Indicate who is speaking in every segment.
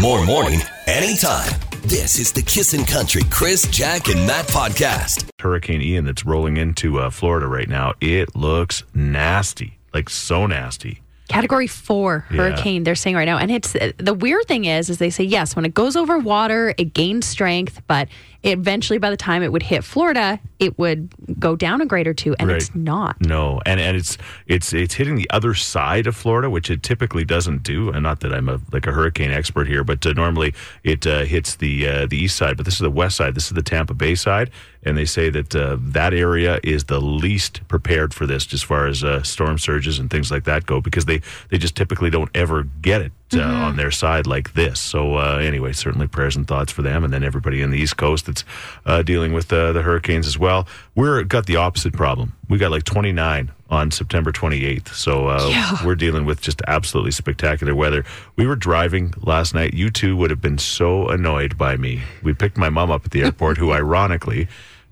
Speaker 1: More morning, anytime. This is the Kissin' Country Chris, Jack, and Matt podcast.
Speaker 2: Hurricane Ian that's rolling into uh, Florida right now. It looks nasty, like so nasty.
Speaker 3: category four
Speaker 2: Yeah.
Speaker 3: hurricane they're saying right now and it's the weird thing is is they say yes when it goes over water it gains strength but eventually by the time it would hit florida it would go down a grade or two and it's
Speaker 2: Right.
Speaker 3: not
Speaker 2: No, and and it's it's it's hitting the other side of Florida, which it typically doesn't do. And not that I'm a like a hurricane expert here, but uh, normally it uh, hits the uh, the east side, but this is the west side. This is the Tampa Bay side, and they say that uh, that area is the least prepared for this, as far as uh, storm surges and things like that go, because they they just typically don't ever get it uh, on their side like this. So uh, anyway, certainly prayers and thoughts for them, and then everybody in the East Coast that's uh, dealing with uh, the hurricanes as well. We're got the opposite problem. We got like 29 on September 28th, so uh, we're dealing with just absolutely spectacular weather. We were driving last night. You two would have been so annoyed by me. We picked my mom up at the airport, who ironically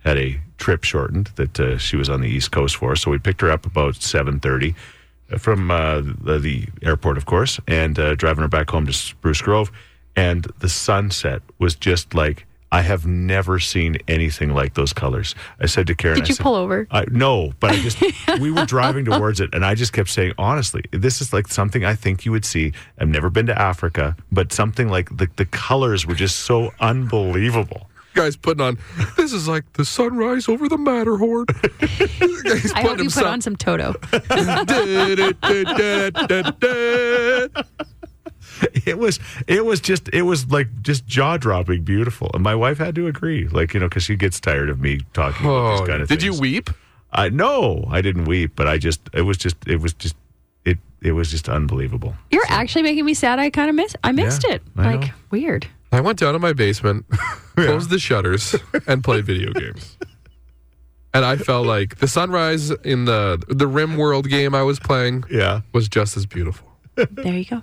Speaker 2: had a trip shortened that uh, she was on the East Coast for. So we picked her up about 7:30 from uh, the, the airport, of course, and uh, driving her back home to Spruce Grove. And the sunset was just like I have never seen anything like those colors. I said to Karen,
Speaker 3: did
Speaker 2: I
Speaker 3: you
Speaker 2: said-
Speaker 3: pull over
Speaker 2: I, no, but I just we were driving towards it, and I just kept saying, honestly, this is like something I think you would see. I've never been to Africa, but something like the the colors were just so unbelievable.
Speaker 4: guy's putting on this is like the sunrise over the Matterhorn. He's
Speaker 3: i hope you put on some toto
Speaker 2: It was it was just it was like just jaw dropping beautiful, and my wife had to agree, like you know, because she gets tired of me talking about
Speaker 4: Oh,
Speaker 2: this kind of.
Speaker 4: did you
Speaker 2: things.
Speaker 4: weep?
Speaker 2: I no, I didn't weep, but I just it was just it was just it it was just unbelievable.
Speaker 3: you're actually making me sad i kind of miss i missed
Speaker 2: Yeah,
Speaker 3: it
Speaker 2: I
Speaker 3: like
Speaker 2: know.
Speaker 3: weird
Speaker 4: I went down to my basement, closed the shutters, and played video games. And I felt like the sunrise in the the Rim World game I was playing
Speaker 2: Yeah.
Speaker 4: was just as beautiful.
Speaker 3: there you go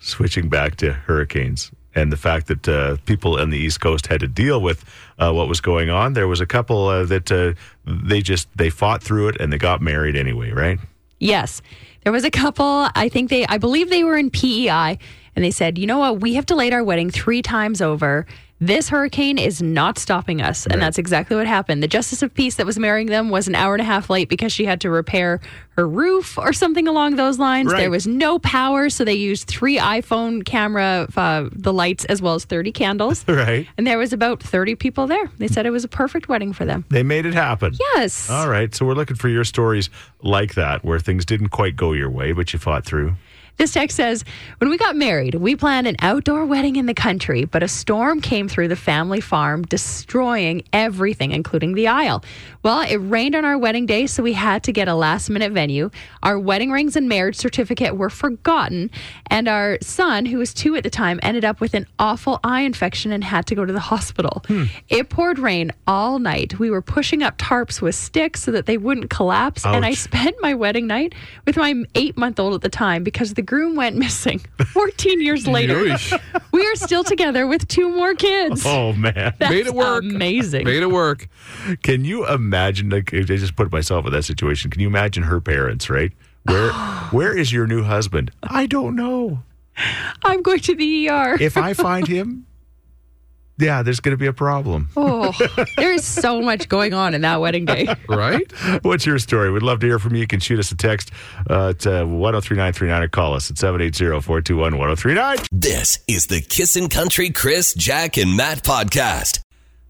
Speaker 2: switching back to hurricanes and the fact that uh, people on the East Coast had to deal with uh, what was going on. There was a couple uh, that uh, they just they fought through it and they got married anyway, right?
Speaker 3: Yes. There was a couple, I think they, I believe they were in PEI, and they said, you know what, we have delayed our wedding three times over. This hurricane is not stopping us. And that's exactly what happened. The Justice of Peace that was marrying them was an hour and a half late because she had to repair her roof or something along those lines.
Speaker 2: Right.
Speaker 3: There was no power, so they used three iPhone camera, uh, the lights, as well as 30 candles.
Speaker 2: Right.
Speaker 3: And there was about 30 people there. They said it was a perfect wedding for them.
Speaker 2: They made it happen.
Speaker 3: Yes.
Speaker 2: All right. So we're looking for your stories like that where things didn't quite go your way, but you fought through.
Speaker 3: This text says, When we got married, we planned an outdoor wedding in the country, but a storm came through the family farm, destroying everything, including the aisle. Well, it rained on our wedding day, so we had to get a last minute venue. Our wedding rings and marriage certificate were forgotten, and our son, who was two at the time, ended up with an awful eye infection and had to go to the hospital.
Speaker 4: Hmm.
Speaker 3: It poured rain all night. We were pushing up tarps with sticks so that they wouldn't collapse, and I
Speaker 2: Ouch.
Speaker 3: spent my wedding night with my eight month old at the time because the groom went missing 14 years later.
Speaker 4: Yeesh.
Speaker 3: we are still together with two more kids.
Speaker 2: Oh, man.
Speaker 3: That's
Speaker 4: Made it work.
Speaker 3: Amazing.
Speaker 4: Made it work.
Speaker 2: Can you imagine? Like, if I just put myself in that situation. Can you imagine her parents, right? Where, where is your new husband? I don't know.
Speaker 3: I'm going to the ER.
Speaker 2: If I find him, yeah, there's going to be a problem.
Speaker 3: oh, there is so much going on in that wedding day.
Speaker 4: Right?
Speaker 2: What's your story? We'd love to hear from you. You can shoot us a text uh, to 103939 or call us at 780 421 1039.
Speaker 1: This is the Kissin' Country Chris, Jack, and Matt podcast.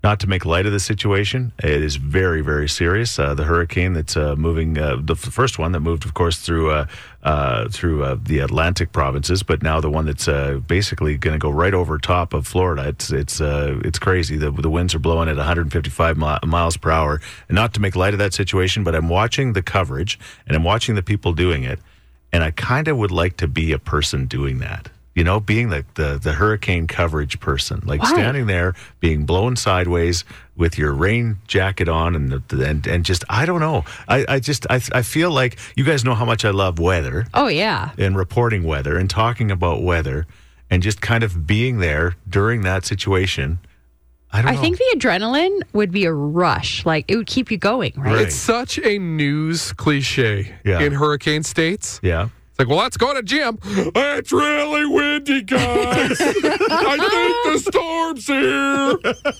Speaker 2: Not to make light of the situation, it is very, very serious. Uh, the hurricane that's uh, moving, uh, the f- first one that moved, of course, through uh, uh, through uh, the Atlantic provinces, but now the one that's uh, basically going to go right over top of Florida. It's it's uh, it's crazy. The, the winds are blowing at 155 mi- miles per hour. And not to make light of that situation, but I'm watching the coverage and I'm watching the people doing it, and I kind of would like to be a person doing that. You know, being the, the, the hurricane coverage person, like
Speaker 3: Why?
Speaker 2: standing there being blown sideways with your rain jacket on and the, and and just I don't know. I, I just I, I feel like you guys know how much I love weather
Speaker 3: Oh, yeah.
Speaker 2: and reporting weather and talking about weather and just kind of being there during that situation. I
Speaker 4: Oh.
Speaker 2: don't
Speaker 3: I
Speaker 2: know.
Speaker 3: think the adrenaline would be a rush. Like, it would keep you going, right?
Speaker 2: Right.
Speaker 4: It's such a news cliche
Speaker 2: Yeah.
Speaker 4: in hurricane states.
Speaker 2: yeah.
Speaker 4: It's Like, well, let's go to Jim. It's really windy, guys. I think the storm's here.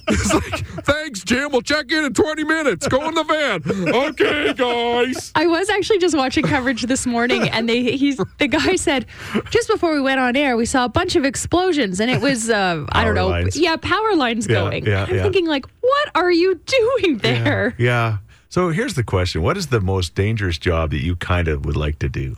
Speaker 4: It's like, thanks, Jim. We'll check in in 20 minutes. Go in the van. Okay, guys.
Speaker 3: I was actually just watching coverage this morning, and they he's the guy said just before we went on air, we saw a bunch of explosions, and it was uh, I
Speaker 2: Power
Speaker 3: don't know,
Speaker 2: lines.
Speaker 3: yeah, power lines
Speaker 2: Yeah,
Speaker 3: going.
Speaker 2: yeah,
Speaker 3: I'm
Speaker 2: yeah.
Speaker 3: thinking like, what are you doing there?
Speaker 2: Yeah. So here's the question: What is the most dangerous job that you kind of would like to do?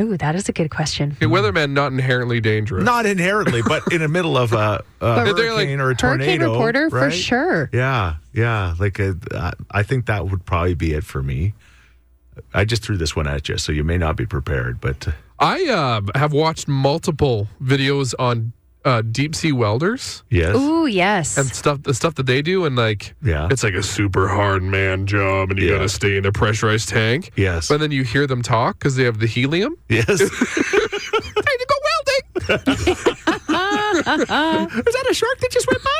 Speaker 3: Ooh, that is a good question.
Speaker 4: Okay, weathermen not inherently dangerous.
Speaker 2: Not inherently, but in the middle of a, a
Speaker 4: But they're
Speaker 2: hurricane
Speaker 4: like-
Speaker 2: or a tornado.
Speaker 3: Hurricane reporter for
Speaker 2: right?
Speaker 3: sure.
Speaker 2: Yeah, yeah. Like uh, I- I think that would probably be it for me. I just threw this one at you, so you may not be prepared, but
Speaker 4: I uh, have watched multiple videos on uh, deep sea welders
Speaker 2: yes,
Speaker 3: Ooh, yes.
Speaker 4: and stuff, the stuff that they do, and like,
Speaker 2: Yeah.
Speaker 4: it's like a super hard man job, and you
Speaker 2: Yeah.
Speaker 4: gotta stay in a pressurized tank.
Speaker 2: yes,
Speaker 4: But then you hear them talk because they have the helium.
Speaker 2: yes.
Speaker 4: Time to go welding.
Speaker 2: Is that a shark that just went by?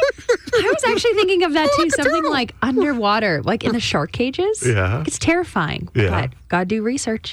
Speaker 3: I was actually thinking of that
Speaker 2: Oh,
Speaker 3: too. Something like underwater, like in the shark cages.
Speaker 2: Yeah.
Speaker 3: It's terrifying.
Speaker 2: Yeah.
Speaker 3: But gotta do research.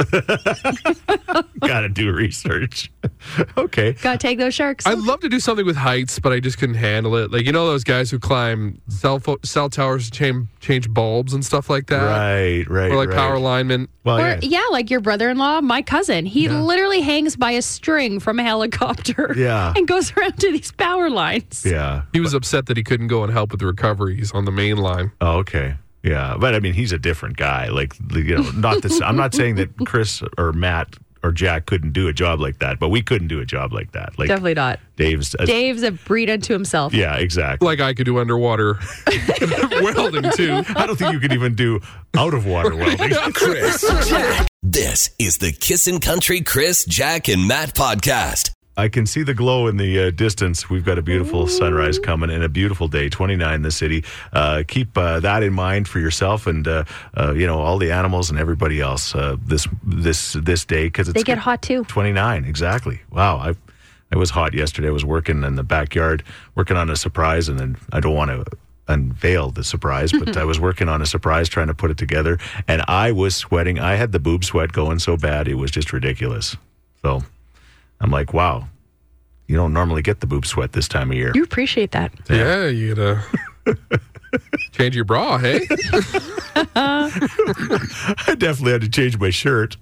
Speaker 2: Got to do research. okay.
Speaker 3: gotta take those sharks.
Speaker 4: I'd love to do something with heights, but I just couldn't handle it. Like you know those guys who climb cell pho- cell towers to change change bulbs and stuff like that,
Speaker 2: Right, right.
Speaker 4: Uh, or like
Speaker 2: right.
Speaker 4: power linemen.
Speaker 2: Well,
Speaker 3: or
Speaker 2: Oh, yeah.
Speaker 3: yeah, like your brother-in-law, my cousin. He literally hangs by a string from a helicopter.
Speaker 2: Yeah.
Speaker 3: And goes around to these power lines.
Speaker 2: yeah.
Speaker 4: He was upset that he couldn't go and help with the recoveries on the main line.
Speaker 2: Oh, okay. Yeah, but I mean, he's a different guy. Like, you know, not this. I'm not saying that Chris or Matt or Jack couldn't do a job like that, but we couldn't do a job like that. Like
Speaker 3: Definitely not.
Speaker 2: Dave's. a-
Speaker 3: Dave's a breed unto himself.
Speaker 2: yeah, exactly.
Speaker 4: Like I could do underwater welding too.
Speaker 2: I don't think you could even do out of water welding.
Speaker 1: This is the Kissin' Country Chris, Jack, and Matt podcast.
Speaker 2: I can see the glow in the uh, distance. We've got a beautiful sunrise coming and a beautiful day, 29 in the city. Uh, keep uh, that in mind for yourself and uh, uh, you know all the animals and everybody else uh, this this this day because it's
Speaker 3: They get hot too.
Speaker 2: 29 exactly. Wow, I I was hot yesterday. I was working in the backyard working on a surprise and then I don't want to unveil the surprise but i was working on a surprise trying to put it together and i was sweating i had the boob sweat going so bad it was just ridiculous so I'm like, wow, you don't normally get the boob sweat this time of year.
Speaker 3: You appreciate that.
Speaker 4: Yeah, you gotta change your bra. Hey,
Speaker 2: I definitely had to change my shirt.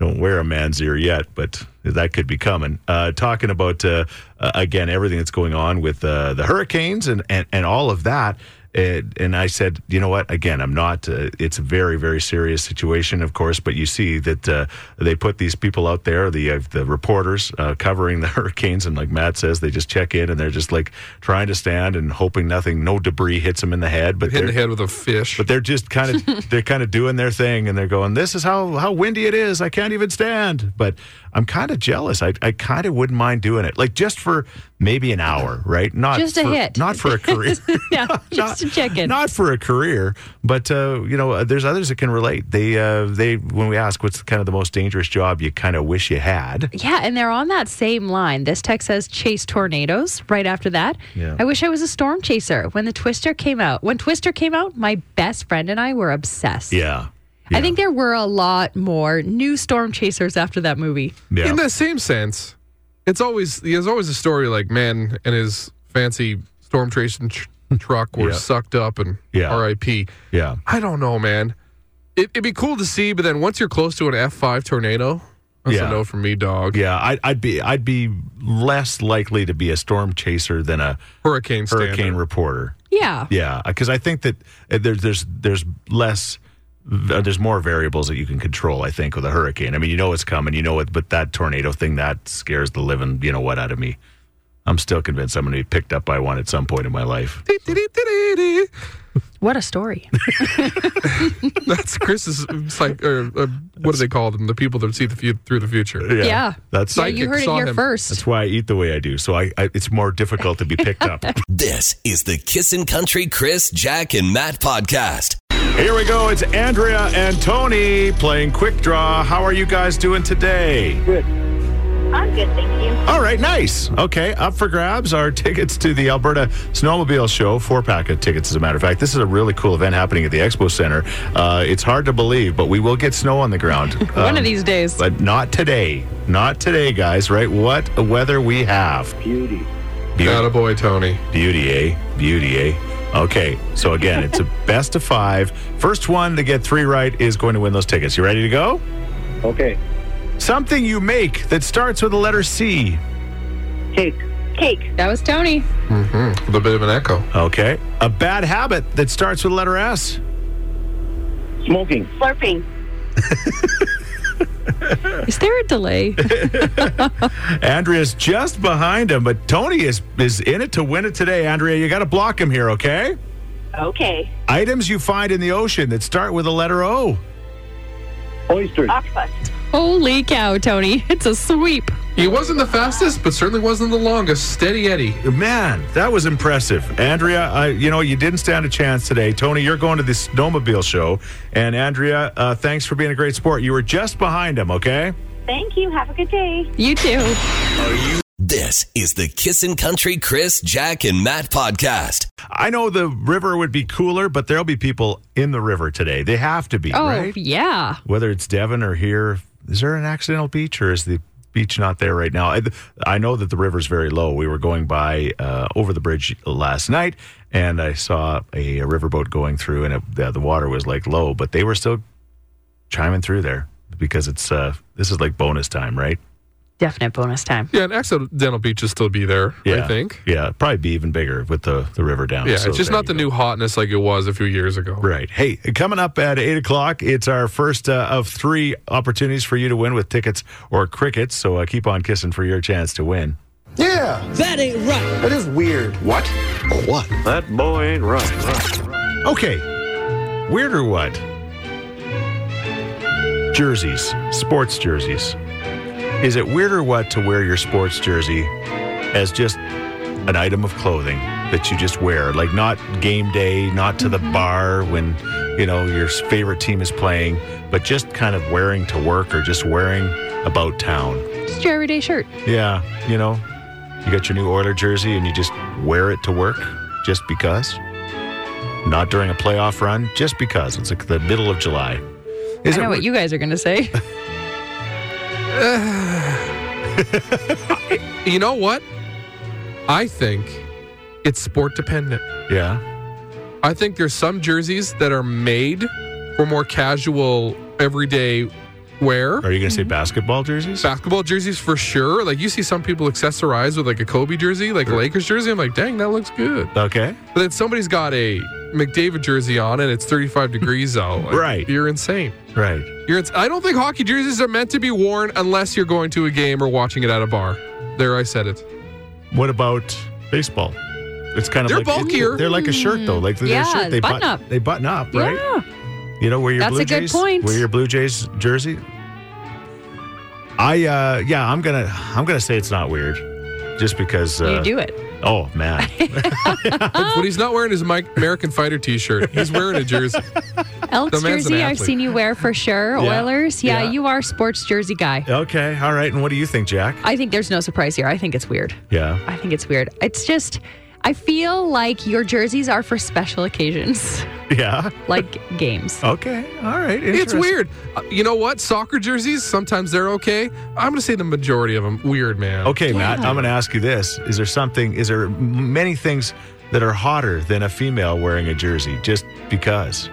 Speaker 2: Don't wear a man's ear yet, but that could be coming. Uh, talking about, uh, uh, again, everything that's going on with uh, the hurricanes and, and, and all of that. And and I said, you know what? Again, I'm not. Uh, it's a very, very serious situation, of course. But you see that uh, they put these people out there, the uh, the reporters uh, covering the hurricanes, and like Matt says, they just check in and they're just like trying to stand and hoping nothing, no debris hits them in the head. But
Speaker 4: hit in
Speaker 2: they're-
Speaker 4: the head with a fish.
Speaker 2: but they're just kind of they're kind of doing their thing and they're going this is how how windy it is i can't even stand but i'm kind of jealous i, I kind of wouldn't mind doing it like just for maybe an hour right not
Speaker 3: Just a
Speaker 2: for-
Speaker 3: hit.
Speaker 2: not for a career
Speaker 3: Yeah. Just to check in.
Speaker 2: not for a career, but uh, you know, there's others that can relate. They, uh, they, when we ask what's kind of the most dangerous job you kind of wish you had,
Speaker 3: Yeah, and they're on that same line. This text says chase tornadoes right after that.
Speaker 2: Yeah.
Speaker 3: I wish I was a storm chaser. When the Twister came out, when Twister came out, my best friend and I were obsessed.
Speaker 2: yeah,
Speaker 3: I think there were a lot more new storm chasers after that movie.
Speaker 2: yeah,
Speaker 4: in that same sense, it's always there's always a story like man and his fancy storm tracing tr- truck were
Speaker 2: Yeah.
Speaker 4: sucked up and
Speaker 2: Yeah.
Speaker 4: R.I.P.
Speaker 2: yeah,
Speaker 4: I don't know, man. It, it'd be cool to see, but then once you're close to an F5 tornado, that's
Speaker 2: Yeah.
Speaker 4: a no from me, dog.
Speaker 2: yeah. I, I'd be, I'd be less likely to be a storm chaser than a
Speaker 4: Hurricane,
Speaker 2: hurricane
Speaker 4: standard.
Speaker 2: reporter.
Speaker 3: Yeah.
Speaker 2: Yeah, because I think that uh, there's there's there's less. uh, There's more variables that you can control, I think, with a hurricane. I mean, you know it's coming, you know it, but that tornado thing that scares the living, you know what, out of me. I'm still convinced I'm going to be picked up by one at some point in my life.
Speaker 4: Dee-dee-dee-dee-dee.
Speaker 3: What a story.
Speaker 4: That's Chris's psych. Or, uh, what do they call them? The people that see the fu- through the future.
Speaker 2: Yeah,
Speaker 3: Yeah.
Speaker 2: that's
Speaker 3: Yeah, you
Speaker 4: Psychic
Speaker 3: heard it
Speaker 4: saw
Speaker 3: here
Speaker 4: him.
Speaker 2: that's
Speaker 3: first.
Speaker 2: why I eat the way I do. So I, I it's more difficult to be picked up.
Speaker 1: This is the Kissin' Country Chris, Jack, and Matt podcast.
Speaker 2: Here we go. It's Andrea and Tony playing quick draw. How are you guys doing today?
Speaker 5: I'm I'm good, thank you.
Speaker 2: All right, nice. Okay, up for grabs are tickets to the Alberta Snowmobile Show, four pack of tickets, as a matter of fact. This is a really cool event happening at the Expo Center. Uh, it's hard to believe, but we will get snow on the ground.
Speaker 3: One
Speaker 2: Um,
Speaker 3: of these days.
Speaker 2: But not today. Not today, guys, right? What a weather we have.
Speaker 6: Beauty.
Speaker 2: Beauty,
Speaker 4: Attaboy, Tony.
Speaker 2: beauty eh? Beauty, eh? Okay, so again, it's a best of five. First one to get three right is going to win those tickets. You ready to go?
Speaker 6: Okay.
Speaker 2: Something you make that starts with the letter C.
Speaker 6: Cake.
Speaker 5: Cake,
Speaker 3: That was Tony.
Speaker 4: Mm-hmm. With a bit of an echo.
Speaker 2: Okay. A bad habit that starts with the letter S.
Speaker 6: Smoking.
Speaker 5: slurping,
Speaker 3: Is there a delay?
Speaker 2: Andrea's just behind him, but Tony is is in it to win it today. Andrea, you got to block him here, okay?
Speaker 5: okay.
Speaker 2: Items you find in the ocean that start with the letter O.
Speaker 6: Oysters.
Speaker 5: Octopus,
Speaker 3: Holy cow, Tony. It's a sweep.
Speaker 4: He wasn't the fastest, but certainly wasn't the longest. Steady Eddie.
Speaker 2: Man, that was impressive, Andrea. I, you know, you didn't stand a chance today, Tony. You're going to the snowmobile show, and Andrea, uh, thanks for being a great sport. You were just behind him, okay?
Speaker 5: thank you. Have a good day.
Speaker 3: You too.
Speaker 1: This is the Kissin' Country Chris, Jack, and Matt podcast.
Speaker 2: I know the river would be cooler, but there'll be people in the river today. They have to be,
Speaker 3: Oh,
Speaker 2: right?
Speaker 3: yeah.
Speaker 2: whether it's Devon or here, is there an accidental beach or is the beach not there right now? I, I know that the river's very low. We were going by uh, over the bridge last night and I saw a, riverboat going through and it, the, the water was like low, but they were still chiming through there because it's uh, this is like bonus time, right?
Speaker 3: Definite bonus time.
Speaker 4: Yeah, an accidental beach will still be there, I think.
Speaker 2: Yeah, probably be even bigger with the, the river down.
Speaker 4: Yeah,
Speaker 2: So
Speaker 4: it's just
Speaker 2: there
Speaker 4: not
Speaker 2: you
Speaker 4: the
Speaker 2: go.
Speaker 4: new hotness like it was a few years ago.
Speaker 2: Right. Hey, coming up at 8 o'clock, it's our first uh, of three opportunities for you to win with tickets or crickets. So uh, keep on kissing for your chance to win.
Speaker 7: Yeah. That ain't right. That is weird. What? What?
Speaker 6: That boy ain't right.
Speaker 2: Okay. Weird or what? Jerseys, sports jerseys. Is it weird or what to wear your sports jersey as just an item of clothing that you just wear? Like, not game day, not to the bar when, you know, your favorite team is playing, but just kind of wearing to work or just wearing about town.
Speaker 3: Just your everyday shirt.
Speaker 2: Yeah, you know, you got your new Oiler jersey and you just wear it to work just because. Not during a playoff run, just because. It's like the middle of July. Is
Speaker 3: I know
Speaker 2: it
Speaker 3: what you guys are going to say.
Speaker 4: You know what? I think it's sport dependent.
Speaker 2: Yeah.
Speaker 4: I think there's some jerseys that are made for more casual everyday wear.
Speaker 2: Are you going to say basketball jerseys?
Speaker 4: Basketball jerseys for sure. Like you see some people accessorize with like a Kobe jersey, like a Lakers jersey. I'm like, dang, that looks good.
Speaker 2: Okay.
Speaker 4: But then somebody's got a McDavid jersey on and it's 35 degrees out. Like,
Speaker 2: Right.
Speaker 4: You're insane.
Speaker 2: Right.
Speaker 4: You're ins- I don't think hockey jerseys are meant to be worn unless you're going to a game or watching it at a bar. There, I said it.
Speaker 2: What about baseball? It's kind of
Speaker 4: They're
Speaker 2: like
Speaker 4: bulkier.
Speaker 2: They're like a shirt though. Like their
Speaker 3: Yeah,
Speaker 2: shirt, they
Speaker 3: button up.
Speaker 2: They button up, right?
Speaker 3: Yeah.
Speaker 2: You know, wear your
Speaker 3: That's
Speaker 2: Blue
Speaker 3: a good
Speaker 2: Jays,
Speaker 3: point.
Speaker 2: Wear your Blue Jays jersey. I uh yeah, I'm gonna I'm gonna say it's not weird, just because. Uh,
Speaker 3: you do it.
Speaker 2: Oh man, Oh.
Speaker 4: But what he's not wearing is my American Fighter T-shirt. He's wearing a jersey.
Speaker 3: Elks
Speaker 4: The man's an
Speaker 3: jersey, I've
Speaker 4: athlete.
Speaker 3: seen you wear for sure.
Speaker 2: Yeah.
Speaker 3: Oilers. Yeah,
Speaker 2: Yeah.
Speaker 3: you are a sports jersey guy.
Speaker 2: Okay, all right. And what do you think, Jack?
Speaker 3: I think there's no surprise here. I think it's weird.
Speaker 2: Yeah.
Speaker 3: I think it's weird. It's just, I feel like your jerseys are for special occasions,
Speaker 2: Yeah.
Speaker 3: like games.
Speaker 2: Okay. All right.
Speaker 4: It's
Speaker 2: Interesting.
Speaker 4: weird. Uh, You know what? Soccer jerseys sometimes they're okay. I'm gonna say the majority of them weird, man.
Speaker 2: Okay, Matt. I'm going to ask you this: Is there something? Is there m- many things that are hotter than a female wearing a jersey just because?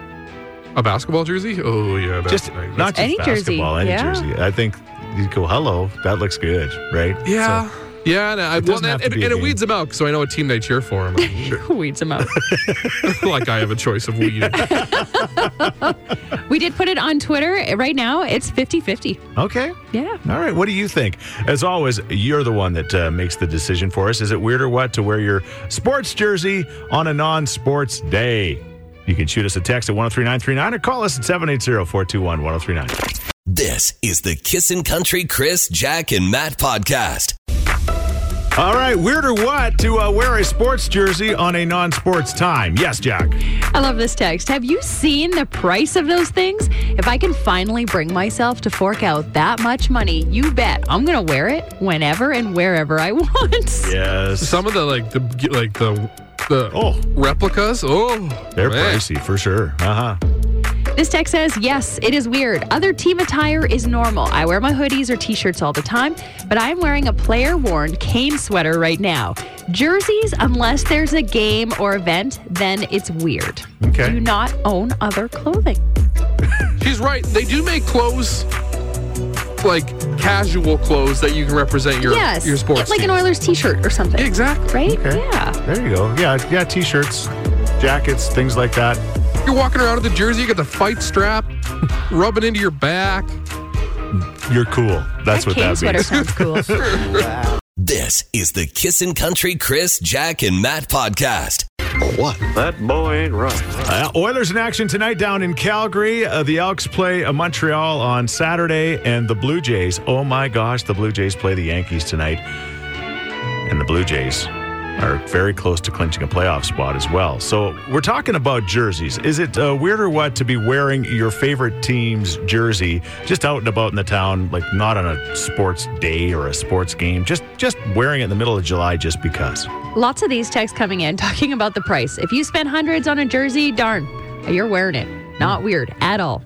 Speaker 4: A basketball jersey? Oh yeah, that's
Speaker 2: just
Speaker 4: nice.
Speaker 2: not just
Speaker 3: Any jersey,
Speaker 2: basketball, any
Speaker 3: yeah.
Speaker 2: jersey. I think you go, "Hello, that looks good," right?
Speaker 4: yeah.
Speaker 2: So-
Speaker 4: yeah, and, I,
Speaker 2: It
Speaker 4: well,
Speaker 2: doesn't have to
Speaker 4: and, and,
Speaker 2: be a
Speaker 4: and it
Speaker 2: game.
Speaker 4: weeds them out, so I know a team they cheer for. I'm
Speaker 3: Weeds them out.
Speaker 4: like, I have a choice of weed.
Speaker 3: we did put it on Twitter. Right now, it's 50 50.
Speaker 2: okay.
Speaker 3: Yeah.
Speaker 2: All right. What do you think? As always, you're the one that uh, makes the decision for us. Is it weird or what to wear your sports jersey on a non sports day? You can shoot us a text at 103939 or call us at 780 421 1039.
Speaker 1: This is the Kissin' Country Chris, Jack, and Matt podcast.
Speaker 2: All right, weird or what to uh, wear a sports jersey on a non sports time? Yes, Jack.
Speaker 3: I love this text. Have you seen the price of those things? If I can finally bring myself to fork out that much money, you bet I'm going to wear it whenever and wherever I want.
Speaker 2: Yes.
Speaker 4: Some of the like the like the the
Speaker 2: Oh.
Speaker 4: replicas. Oh,
Speaker 2: They're
Speaker 4: man.
Speaker 2: pricey for sure. Uh huh.
Speaker 3: This text says, Yes, it is weird. Other team attire is normal. I wear my hoodies or t shirts all the time, but I'm wearing a player worn cane sweater right now. Jerseys, unless there's a game or event, then it's weird.
Speaker 2: Okay.
Speaker 3: Do not own other clothing.
Speaker 4: She's right. They do make clothes like casual clothes that you can represent your
Speaker 3: yes.
Speaker 4: your sports.
Speaker 3: Get like an
Speaker 4: team.
Speaker 3: Oilers t shirt or something.
Speaker 4: Exactly.
Speaker 3: Right?
Speaker 2: Okay.
Speaker 3: Yeah.
Speaker 2: There you go. Yeah, yeah, t shirts, jackets, things like that.
Speaker 4: You're walking around with the jersey. You got the fight strap rubbing into your back.
Speaker 2: You're cool. That's
Speaker 3: that
Speaker 2: what
Speaker 3: cane
Speaker 2: that
Speaker 3: sweater
Speaker 2: means.
Speaker 3: sounds cool.
Speaker 1: This is the Kissin' Country Chris, Jack, and Matt podcast.
Speaker 7: What?
Speaker 6: That boy ain't right.
Speaker 2: Uh, Oilers in action tonight down in Calgary. Uh, the Elks play uh, Montreal on Saturday, and the Blue Jays. Oh my gosh, the Blue Jays play the Yankees tonight, and the Blue Jays are very close to clinching a playoff spot as well. So we're talking about jerseys. Is it uh, weird or what to be wearing your favorite team's jersey just out and about in the town, like not on a sports day or a sports game, just just wearing it in the middle of July just because?
Speaker 3: Lots of these texts coming in talking about the price. If you spend hundreds on a jersey, darn, you're wearing it. Not weird at all.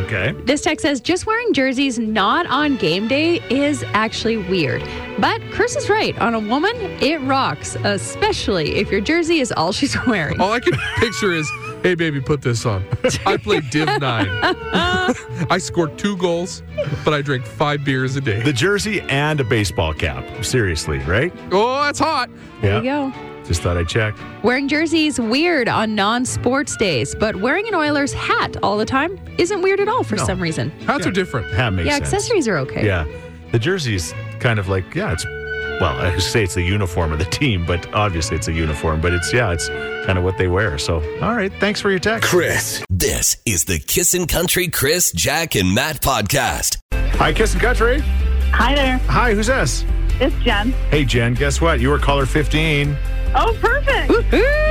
Speaker 2: Okay.
Speaker 3: This text says just wearing jerseys not on game day is actually weird. But Chris is right. On a woman, it rocks, especially if your jersey is all she's wearing.
Speaker 4: All I can picture is, hey baby, put this on. I play Div Nine. I scored two goals, but I drink five beers a day.
Speaker 2: The jersey and a baseball cap. Seriously, right?
Speaker 4: Oh, that's hot.
Speaker 3: There you go.
Speaker 2: Just thought I'd check.
Speaker 3: Wearing jerseys weird on non-sports days, but wearing an Oilers hat all the time isn't weird at all for some reason.
Speaker 4: Hats are different.
Speaker 2: That makes
Speaker 3: yeah,
Speaker 2: sense.
Speaker 3: accessories are okay.
Speaker 2: Yeah. The jersey is kind of like, yeah, it's, well, I would say it's the uniform of the team, but obviously it's a uniform, but it's, yeah, it's kind of what they wear. So, all right. Thanks for your text.
Speaker 1: Chris. This is the Kissin' Country Chris, Jack, and Matt podcast.
Speaker 2: Hi, Kiss and Country.
Speaker 5: Hi there.
Speaker 2: Hi, who's this?
Speaker 5: It's Jen.
Speaker 2: Hey, Jen, guess what? You were caller 15.
Speaker 5: Oh, perfect.
Speaker 3: Woohoo!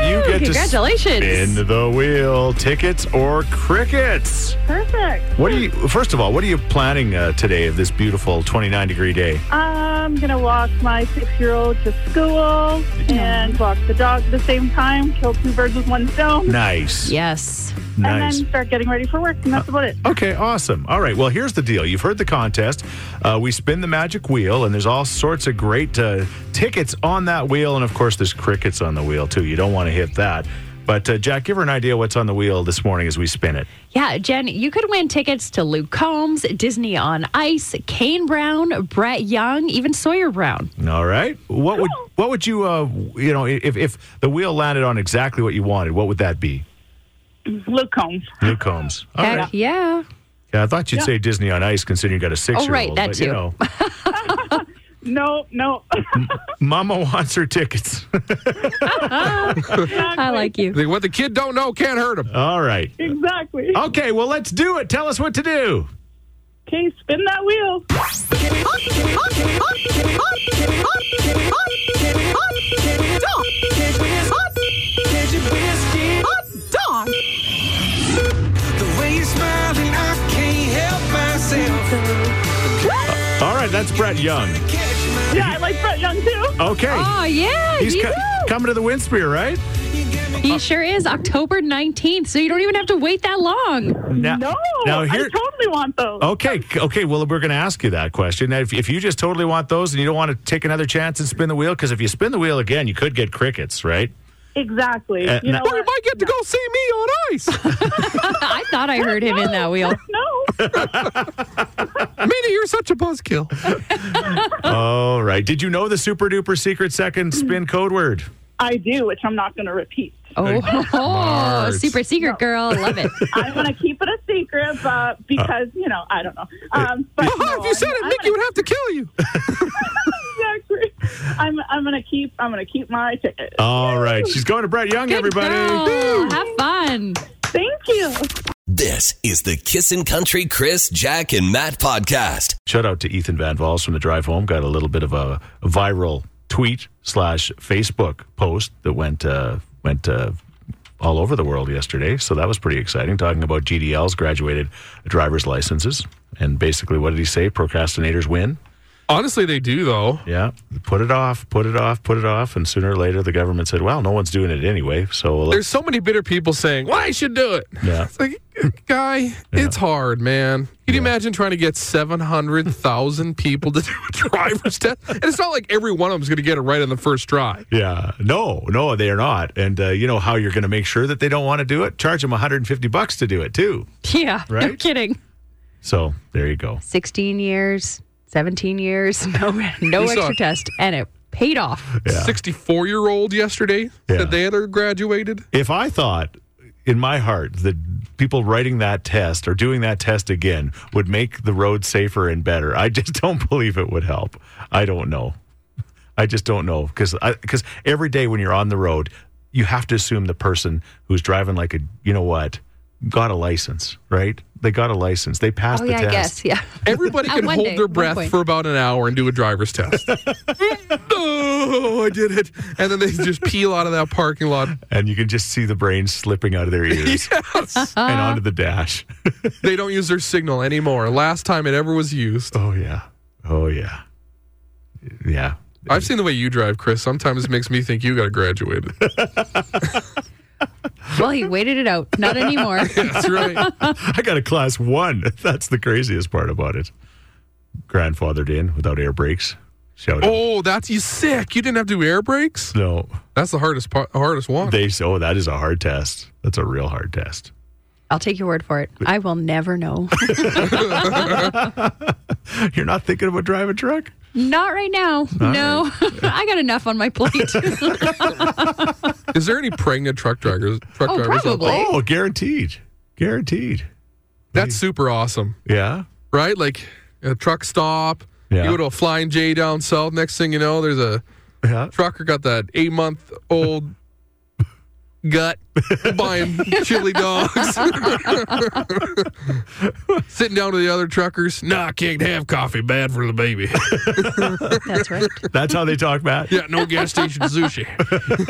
Speaker 2: You get
Speaker 3: Congratulations.
Speaker 2: to spin the wheel. Tickets or crickets?
Speaker 5: Perfect.
Speaker 2: What are you, first of all, what are you planning uh, today of this beautiful 29 degree day?
Speaker 5: I'm going to walk my six year old to school and walk the dog at the same time, kill two birds with one stone,
Speaker 2: Nice.
Speaker 3: yes.
Speaker 2: Nice.
Speaker 5: and then start getting ready for work. And
Speaker 6: Uh,
Speaker 5: that's about it.
Speaker 2: Okay, awesome. All right, well, here's the deal. You've heard the contest. Uh, we spin the magic wheel, and there's all sorts of great uh, tickets on that wheel. And of course, there's crickets on the wheel, too. You don't want to hit that. But, uh, Jack, give her an idea what's on the wheel this morning as we spin it.
Speaker 3: Yeah, Jen, you could win tickets to Luke Combs, Disney on Ice, Kane Brown, Brett Young, even Sawyer Brown.
Speaker 2: All right. What would what would you uh you know if if the wheel landed on exactly what you wanted, what would that be?
Speaker 5: Luke Combs.
Speaker 2: Luke Combs. All
Speaker 3: Heck
Speaker 2: right.
Speaker 3: yeah. Oh,
Speaker 2: Yeah, I thought you'd say Disney on Ice, considering you got a six year old.
Speaker 3: right, that
Speaker 2: but, You
Speaker 3: too.
Speaker 2: know,
Speaker 5: No, no.
Speaker 2: Mama wants her tickets.
Speaker 3: I like you.
Speaker 4: Like, What the kid don't know can't hurt him.
Speaker 2: all right.
Speaker 5: exactly.
Speaker 2: Okay, well, let's do it. Tell us what to do.
Speaker 5: Okay, spin that wheel.
Speaker 7: The way you're smiling, I can't help myself.
Speaker 2: All right, that's Brett Young.
Speaker 5: Yeah, I like Brett Young too.
Speaker 2: Okay.
Speaker 3: Oh, yeah.
Speaker 2: He's
Speaker 3: you
Speaker 2: co-
Speaker 3: do.
Speaker 2: coming to the Windspear, right?
Speaker 3: he sure is October 19th, so you don't even have to wait that long.
Speaker 2: Now,
Speaker 5: No,
Speaker 2: Now
Speaker 5: I
Speaker 2: here.
Speaker 5: totally want those.
Speaker 4: Oh.
Speaker 2: Okay, okay. Well, we're going to ask you that question. Now, if, if you just totally want those and you don't want to take another chance and spin the wheel, because if you spin the wheel again, you could get crickets, right?
Speaker 5: Exactly.
Speaker 2: Uh,
Speaker 5: you
Speaker 2: no-
Speaker 5: know
Speaker 4: Or you
Speaker 5: what?
Speaker 4: might get to go see me on ice.
Speaker 3: I thought I heard him in that wheel.
Speaker 5: No.
Speaker 4: Mina, you're such a buzzkill.
Speaker 2: All right. Did you know the super duper secret second spin code word?
Speaker 5: I do, which I'm not going to repeat.
Speaker 3: Oh,
Speaker 4: Mars.
Speaker 3: super secret girl. Love it.
Speaker 5: I'm going to keep it a secret, but because you know, I don't know. Um, but
Speaker 4: Oh,
Speaker 5: no,
Speaker 4: Uh. if you said it,
Speaker 5: I'm,
Speaker 4: Mickey would have to kill you.
Speaker 5: I'm gonna, exactly. I'm I'm going to keep I'm going to keep my ticket.
Speaker 4: Uh.
Speaker 2: All right. She's going to Brett Young,
Speaker 3: Good
Speaker 2: everybody.
Speaker 3: girl. Have fun.
Speaker 5: Thank you.
Speaker 1: This is the Kissin' Country Chris, Jack, and Matt podcast.
Speaker 2: Shout out to Ethan Van Vals from the drive home. Got a little bit of a viral tweet slash Facebook post that went uh, went uh, all over the world yesterday. So that was pretty exciting. Talking about GDLs, graduated driver's licenses, and basically, what did he say? Procrastinators win.
Speaker 4: Honestly, they do though.
Speaker 2: Yeah, put it off, put it off, put it off, and sooner or later, the government said, "Well, no one's doing it anyway." So let's
Speaker 4: There's so many bitter people saying, "Well, I should do it."
Speaker 2: Yeah.
Speaker 4: It's like, guy, it's hard, man. Can you imagine trying to get seven hundred thousand people to do a driver's test? And it's not like every one of them's going to get it right on the first try.
Speaker 2: Yeah, no, no, they are not. And uh, you know how you're going to make sure that they don't want to do it? Charge them 150 bucks to do it too.
Speaker 3: Yeah, no
Speaker 2: Right?
Speaker 3: kidding.
Speaker 2: So there you go.
Speaker 3: 16 years, 17 years, no, no
Speaker 4: We saw-
Speaker 3: extra test, and it paid off.
Speaker 2: Yeah.
Speaker 4: Sixty-four-year-old yesterday
Speaker 2: Yeah.
Speaker 4: said they had her graduated.
Speaker 2: If I thought in my heart that people writing that test or doing that test again would make the road safer and better, I just don't believe it would help. I don't know. I just don't know because because every day when you're on the road, you have to assume the person who's driving like a you know what got a license, right? They got a license. They passed
Speaker 3: Oh,
Speaker 2: the
Speaker 3: yeah,
Speaker 2: test.
Speaker 3: I guess. Yeah.
Speaker 4: Everybody
Speaker 3: At
Speaker 4: can
Speaker 3: one
Speaker 4: hold
Speaker 3: day,
Speaker 4: their
Speaker 3: one
Speaker 4: breath
Speaker 3: point.
Speaker 4: for about an hour and do a driver's test. oh, I did it. And then they just peel out of that parking lot.
Speaker 2: and you can just see the brains slipping out of their ears and onto the dash.
Speaker 4: They don't use their signal anymore. Last time it ever was used.
Speaker 2: Oh yeah, oh yeah, yeah.
Speaker 4: I've seen the way you drive, Chris. Sometimes it makes me think you got graduated.
Speaker 3: Well, he waited it out. Not anymore.
Speaker 4: That's right.
Speaker 2: I got a class one. That's the craziest part about it. Grandfathered in without air brakes. Shout out.
Speaker 4: Oh, that's you sick. You didn't have to do air brakes.
Speaker 2: No,
Speaker 4: That's the hardest part, hardest one.
Speaker 2: they say, oh, that is a hard test. That's a real hard test.
Speaker 3: I'll take your word for it. I will never know.
Speaker 2: You're not thinking about driving a truck?
Speaker 3: Not right now. no. I got enough on my plate.
Speaker 4: Is there any pregnant truck drivers? Truck
Speaker 3: Oh,
Speaker 4: drivers? out there?
Speaker 3: Blake?
Speaker 2: Oh, guaranteed. Guaranteed.
Speaker 4: That's super awesome,
Speaker 2: Yeah.
Speaker 4: right? Like a truck stop.
Speaker 2: Yeah.
Speaker 4: You go to a flying J down south. Next thing you know, there's a
Speaker 2: Yeah.
Speaker 4: trucker got that eight month old gut buying chili dogs. Sitting down to the other truckers. Nah, I can't have coffee. Bad for the baby.
Speaker 3: That's right.
Speaker 2: That's how they talk, Matt.
Speaker 4: yeah, no gas station sushi.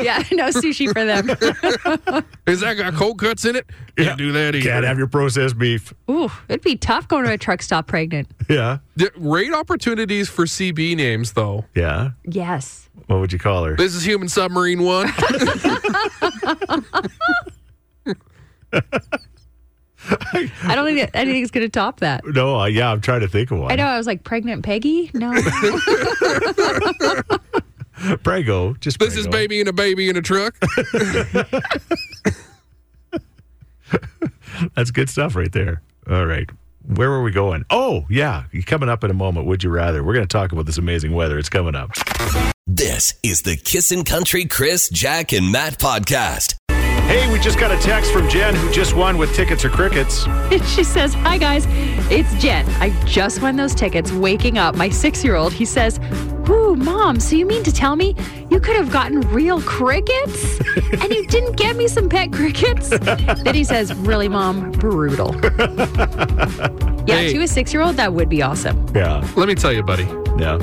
Speaker 3: Yeah, no sushi for them.
Speaker 4: Is that got cold cuts in it? Can't
Speaker 2: Yeah.
Speaker 4: do that either.
Speaker 2: Can't have your processed beef.
Speaker 3: Ooh, it'd be tough going to a truck stop pregnant.
Speaker 2: Yeah.
Speaker 4: There- Great opportunities for CB names, though.
Speaker 2: Yeah.
Speaker 3: Yes.
Speaker 2: What would you call her?
Speaker 4: This is Human Submarine One.
Speaker 3: I don't think that anything's going to top that.
Speaker 2: No, uh, yeah, I'm trying to think of one.
Speaker 3: I know I was like, pregnant Peggy? No.
Speaker 2: Prego, just
Speaker 4: This is
Speaker 2: Prego.
Speaker 4: Baby and a Baby in a Truck.
Speaker 2: That's good stuff right there. All right. Where were we going? Oh, yeah. Coming up in a moment, would you rather? We're going to talk about this amazing weather. It's coming up.
Speaker 1: This is the Kissin' Country Chris, Jack, and Matt podcast.
Speaker 2: Hey, we just got a text from Jen who just won with tickets or crickets.
Speaker 3: she says, Hi guys, it's Jen. I just won those tickets. Waking up, my six year old, he says, Ooh, mom, so you mean to tell me you could have gotten real crickets? and you didn't get me some pet crickets? then he says, Really, mom, brutal. yeah,
Speaker 4: Hey.
Speaker 3: to a six year old, that would be awesome.
Speaker 2: Yeah,
Speaker 4: Let me tell you, buddy.
Speaker 2: yeah,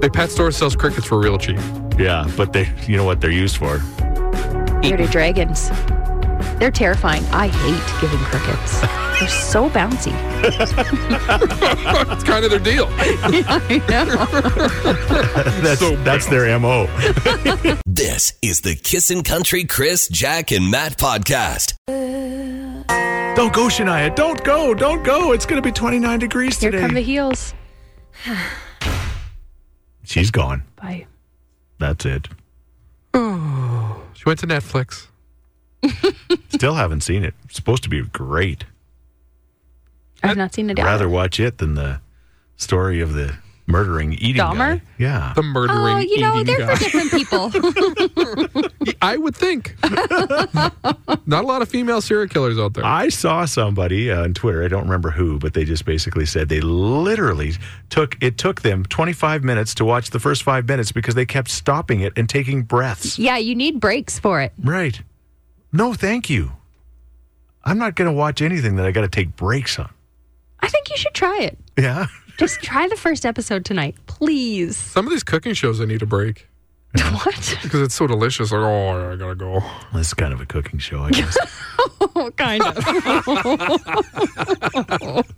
Speaker 4: The pet store sells crickets for real cheap.
Speaker 2: yeah. But they, you know what they're used for?
Speaker 3: Bearded dragons. They're terrifying. I hate giving crickets. They're so bouncy.
Speaker 4: That's kind of their deal.
Speaker 3: I know.
Speaker 2: That's that's their mo.
Speaker 1: This is the Kissin' Country Chris, Jack, and Matt podcast.
Speaker 2: don't go, Shania. Don't go. Don't go. It's going to be 29 degrees
Speaker 3: Here
Speaker 2: today.
Speaker 3: come the heels.
Speaker 2: She's gone.
Speaker 3: Bye.
Speaker 2: That's it.
Speaker 4: She went to Netflix.
Speaker 2: Still haven't seen it. It's supposed to be great.
Speaker 3: I've not seen it yet.
Speaker 2: rather watch it than the story of the murdering eating
Speaker 3: Dahmer?
Speaker 2: guy. Yeah.
Speaker 4: The murdering
Speaker 3: Oh, you know,
Speaker 4: eating
Speaker 3: they're
Speaker 4: guy.
Speaker 3: for different people.
Speaker 4: I would think. Not a lot of female serial killers out there.
Speaker 2: I saw somebody uh, on Twitter, I don't remember who, but they just basically said they literally took it took them 25 minutes to watch the first 5 minutes because they kept stopping it and taking breaths.
Speaker 3: yeah, you need breaks for it.
Speaker 2: Right. No, thank you. I'm not going to watch anything that I got to take breaks on.
Speaker 3: I think you should try it.
Speaker 2: Yeah.
Speaker 3: Just try the first episode tonight, please.
Speaker 4: Some of these cooking shows, I need a break.
Speaker 3: What?
Speaker 4: because it's so delicious. Like, oh, yeah, I gotta go.
Speaker 2: That's kind of a cooking show, I guess.
Speaker 3: Oh, kind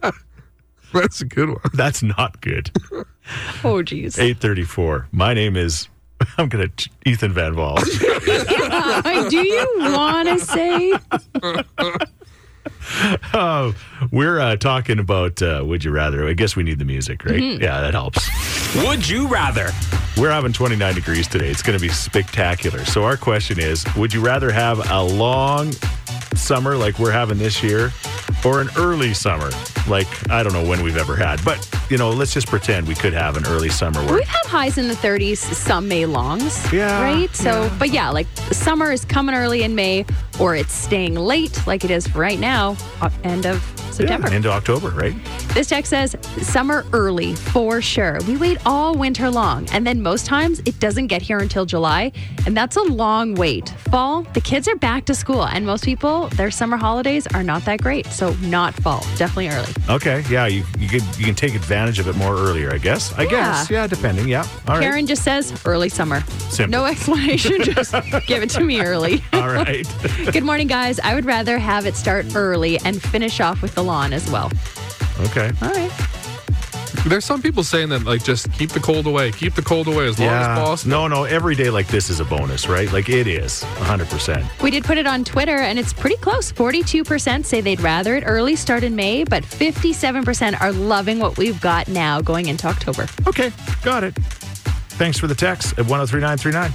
Speaker 3: of.
Speaker 4: That's a good one.
Speaker 2: That's not good.
Speaker 3: Oh, geez.
Speaker 2: 834. My name is, I'm going to, Ethan Van Wall.
Speaker 3: Uh, do you want to say?
Speaker 2: Oh, we're uh, talking about uh, Would You Rather. I guess we need the music, right?
Speaker 3: Mm-hmm.
Speaker 2: Yeah, that helps.
Speaker 7: Would you rather?
Speaker 2: We're having 29 degrees today. It's going to be spectacular. So, our question is Would you rather have a long summer like we're having this year or an early summer like I don't know when we've ever had? But, you know, let's just pretend we could have an early summer where
Speaker 3: We've had highs in the 30s, some May longs.
Speaker 2: Yeah.
Speaker 3: Right? So, but yeah, like summer is coming early in May or it's staying late like it is for right now, uh, end of
Speaker 2: Yeah,
Speaker 3: September.
Speaker 2: into October, right?
Speaker 3: This text says summer early for sure. We wait all winter long, and then most times it doesn't get here until July, and that's a long wait. Fall, the kids are back to school, and most people their summer holidays are not that great, so not fall, definitely early.
Speaker 2: Okay, yeah, you you can you can take advantage of it more earlier, I guess. I guess, yeah, depending, yeah. All right,
Speaker 3: Karen just says early summer.
Speaker 2: Simple.
Speaker 3: No explanation, just give it to me early.
Speaker 2: all right.
Speaker 3: Good morning, guys. I would rather have it start early and finish off with the lawn as well.
Speaker 2: okay,
Speaker 3: All right.
Speaker 4: There's some people saying that like just keep the cold away, keep the cold away as long as possible.
Speaker 2: No, no, every day like this is a bonus, right? Like it is, 100%.
Speaker 3: We did put it on Twitter, and it's pretty close. 42% say they'd rather it early start in May, but 57% are loving what we've got now going into October.
Speaker 2: Okay, got it. Thanks for the text at 103939.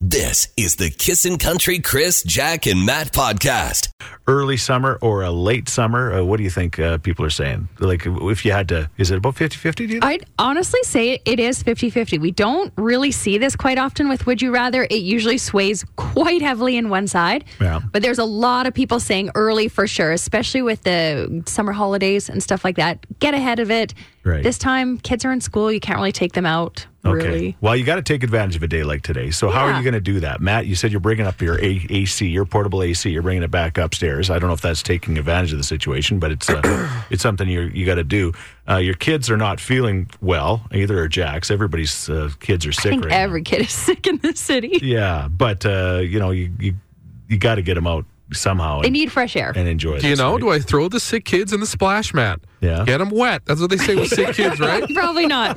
Speaker 1: This is the Kissin' Country Chris, Jack, and Matt podcast.
Speaker 2: Early summer or a late summer? Uh, what do you think uh, people are saying? Like if you had to, is it about 50 50? Do you think?
Speaker 3: I'd honestly say it is 50 50. We don't really see this quite often with Would You Rather. It usually sways quite heavily in one side.
Speaker 2: Yeah.
Speaker 3: But there's a lot of people saying early for sure, especially with the summer holidays and stuff like that. Get ahead of it.
Speaker 2: Right.
Speaker 3: This time, kids are in school. You can't really take them out. Really.
Speaker 2: Well, you got to take advantage of a day like today. So, how are
Speaker 3: Yeah.
Speaker 2: you going to do that, Matt? You said you're bringing up your a- AC, your portable AC. You're bringing it back upstairs. I don't know if that's taking advantage of the situation, but it's uh, it's something you you got to do. Uh, your kids are not feeling well either. Are Jack's? Everybody's uh, kids are sick
Speaker 3: I think
Speaker 2: right now.
Speaker 3: every kid is sick in this city.
Speaker 2: Yeah, but uh, you know, you you, you got to get them out somehow
Speaker 3: They
Speaker 2: and,
Speaker 3: need fresh air.
Speaker 2: and enjoy.
Speaker 4: Do you
Speaker 2: this,
Speaker 4: know?
Speaker 2: right?
Speaker 4: Do I throw the sick kids in the splash mat?
Speaker 2: Yeah.
Speaker 4: Get them wet. That's what they say with sick kids, right?
Speaker 3: Probably not.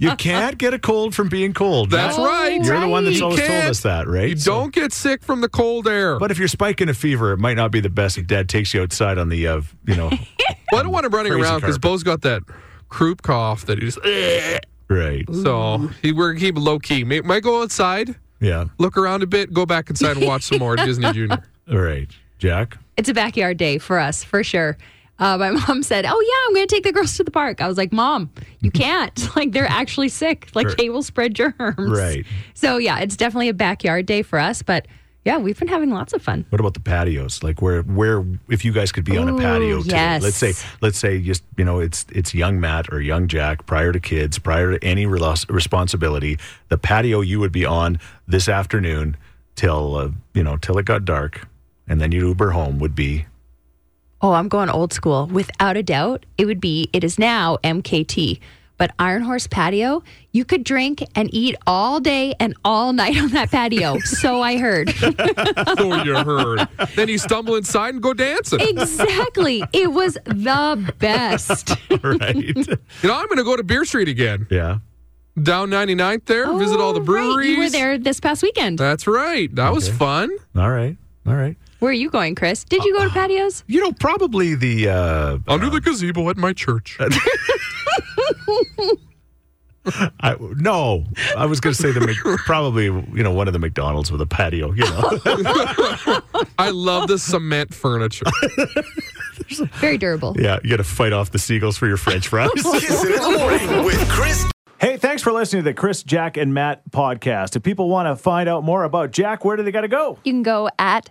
Speaker 2: you can't get a cold from being cold.
Speaker 4: That's
Speaker 3: No.
Speaker 4: right.
Speaker 2: You're the one that's
Speaker 3: You
Speaker 2: always told
Speaker 4: can't.
Speaker 2: us that, right?
Speaker 4: You
Speaker 2: So-
Speaker 4: don't get sick from the cold air.
Speaker 2: But if you're spiking a fever, it might not be the best if Dad takes you outside on the, uh, you know,
Speaker 4: Well, I don't want him running
Speaker 2: Crazy
Speaker 4: around because
Speaker 2: carpet.
Speaker 4: Bo's got that croup cough that he just. eh.
Speaker 2: right?
Speaker 4: So he, we're gonna keep it low key. May, might go outside,
Speaker 2: Yeah,
Speaker 4: look around a bit, go back inside and watch some more Disney Junior.
Speaker 2: all right, Jack.
Speaker 3: it's a backyard day for us, for sure. Uh, my mom said, Oh, yeah, I'm going to take the girls to the park. I was like, Mom, you can't. like, they're actually sick. Like, they will spread germs.
Speaker 2: Right.
Speaker 3: So, yeah, it's definitely a backyard day for us. But yeah, we've been having lots of fun.
Speaker 2: What about the patios? Like where, where if you guys could be on a
Speaker 3: Ooh,
Speaker 2: patio today,
Speaker 3: yes.
Speaker 2: let's say, let's say, just you know, it's it's young Matt or young Jack prior to kids, prior to any relos- responsibility, the patio you would be on this afternoon till uh, you know till it got dark, and then you Uber home would be
Speaker 3: Oh, I'm going old school. Without a doubt, it would be, it is now MKT. But Iron Horse Patio, you could drink and eat all day and all night on that patio. so I heard.
Speaker 4: so you heard. Then you stumble inside and go dancing.
Speaker 3: exactly. It was the best.
Speaker 2: right.
Speaker 4: You know, I'm gonna go to Beer Street again.
Speaker 2: yeah.
Speaker 4: Down 99th there, visit all the
Speaker 3: Oh, right.
Speaker 4: breweries.
Speaker 3: You were there this past weekend.
Speaker 4: That's right. That was fun.
Speaker 2: All right. All right.
Speaker 3: Where are you going, Chris? Did you go to patios?
Speaker 2: You know, probably the uh,
Speaker 4: Under the gazebo at my church.
Speaker 2: I, no, I was going to say the Mc- probably you know one of the McDonald's with a patio. You know,
Speaker 4: I love the cement furniture.
Speaker 3: Very durable.
Speaker 2: yeah, you got to fight off the seagulls for your French fries.
Speaker 1: Kissin' in the morning with Chris,
Speaker 8: Hey, thanks for listening to the Chris, Jack, and Matt podcast. If people want to find out more about Jack, where do they got to go?
Speaker 9: You can go at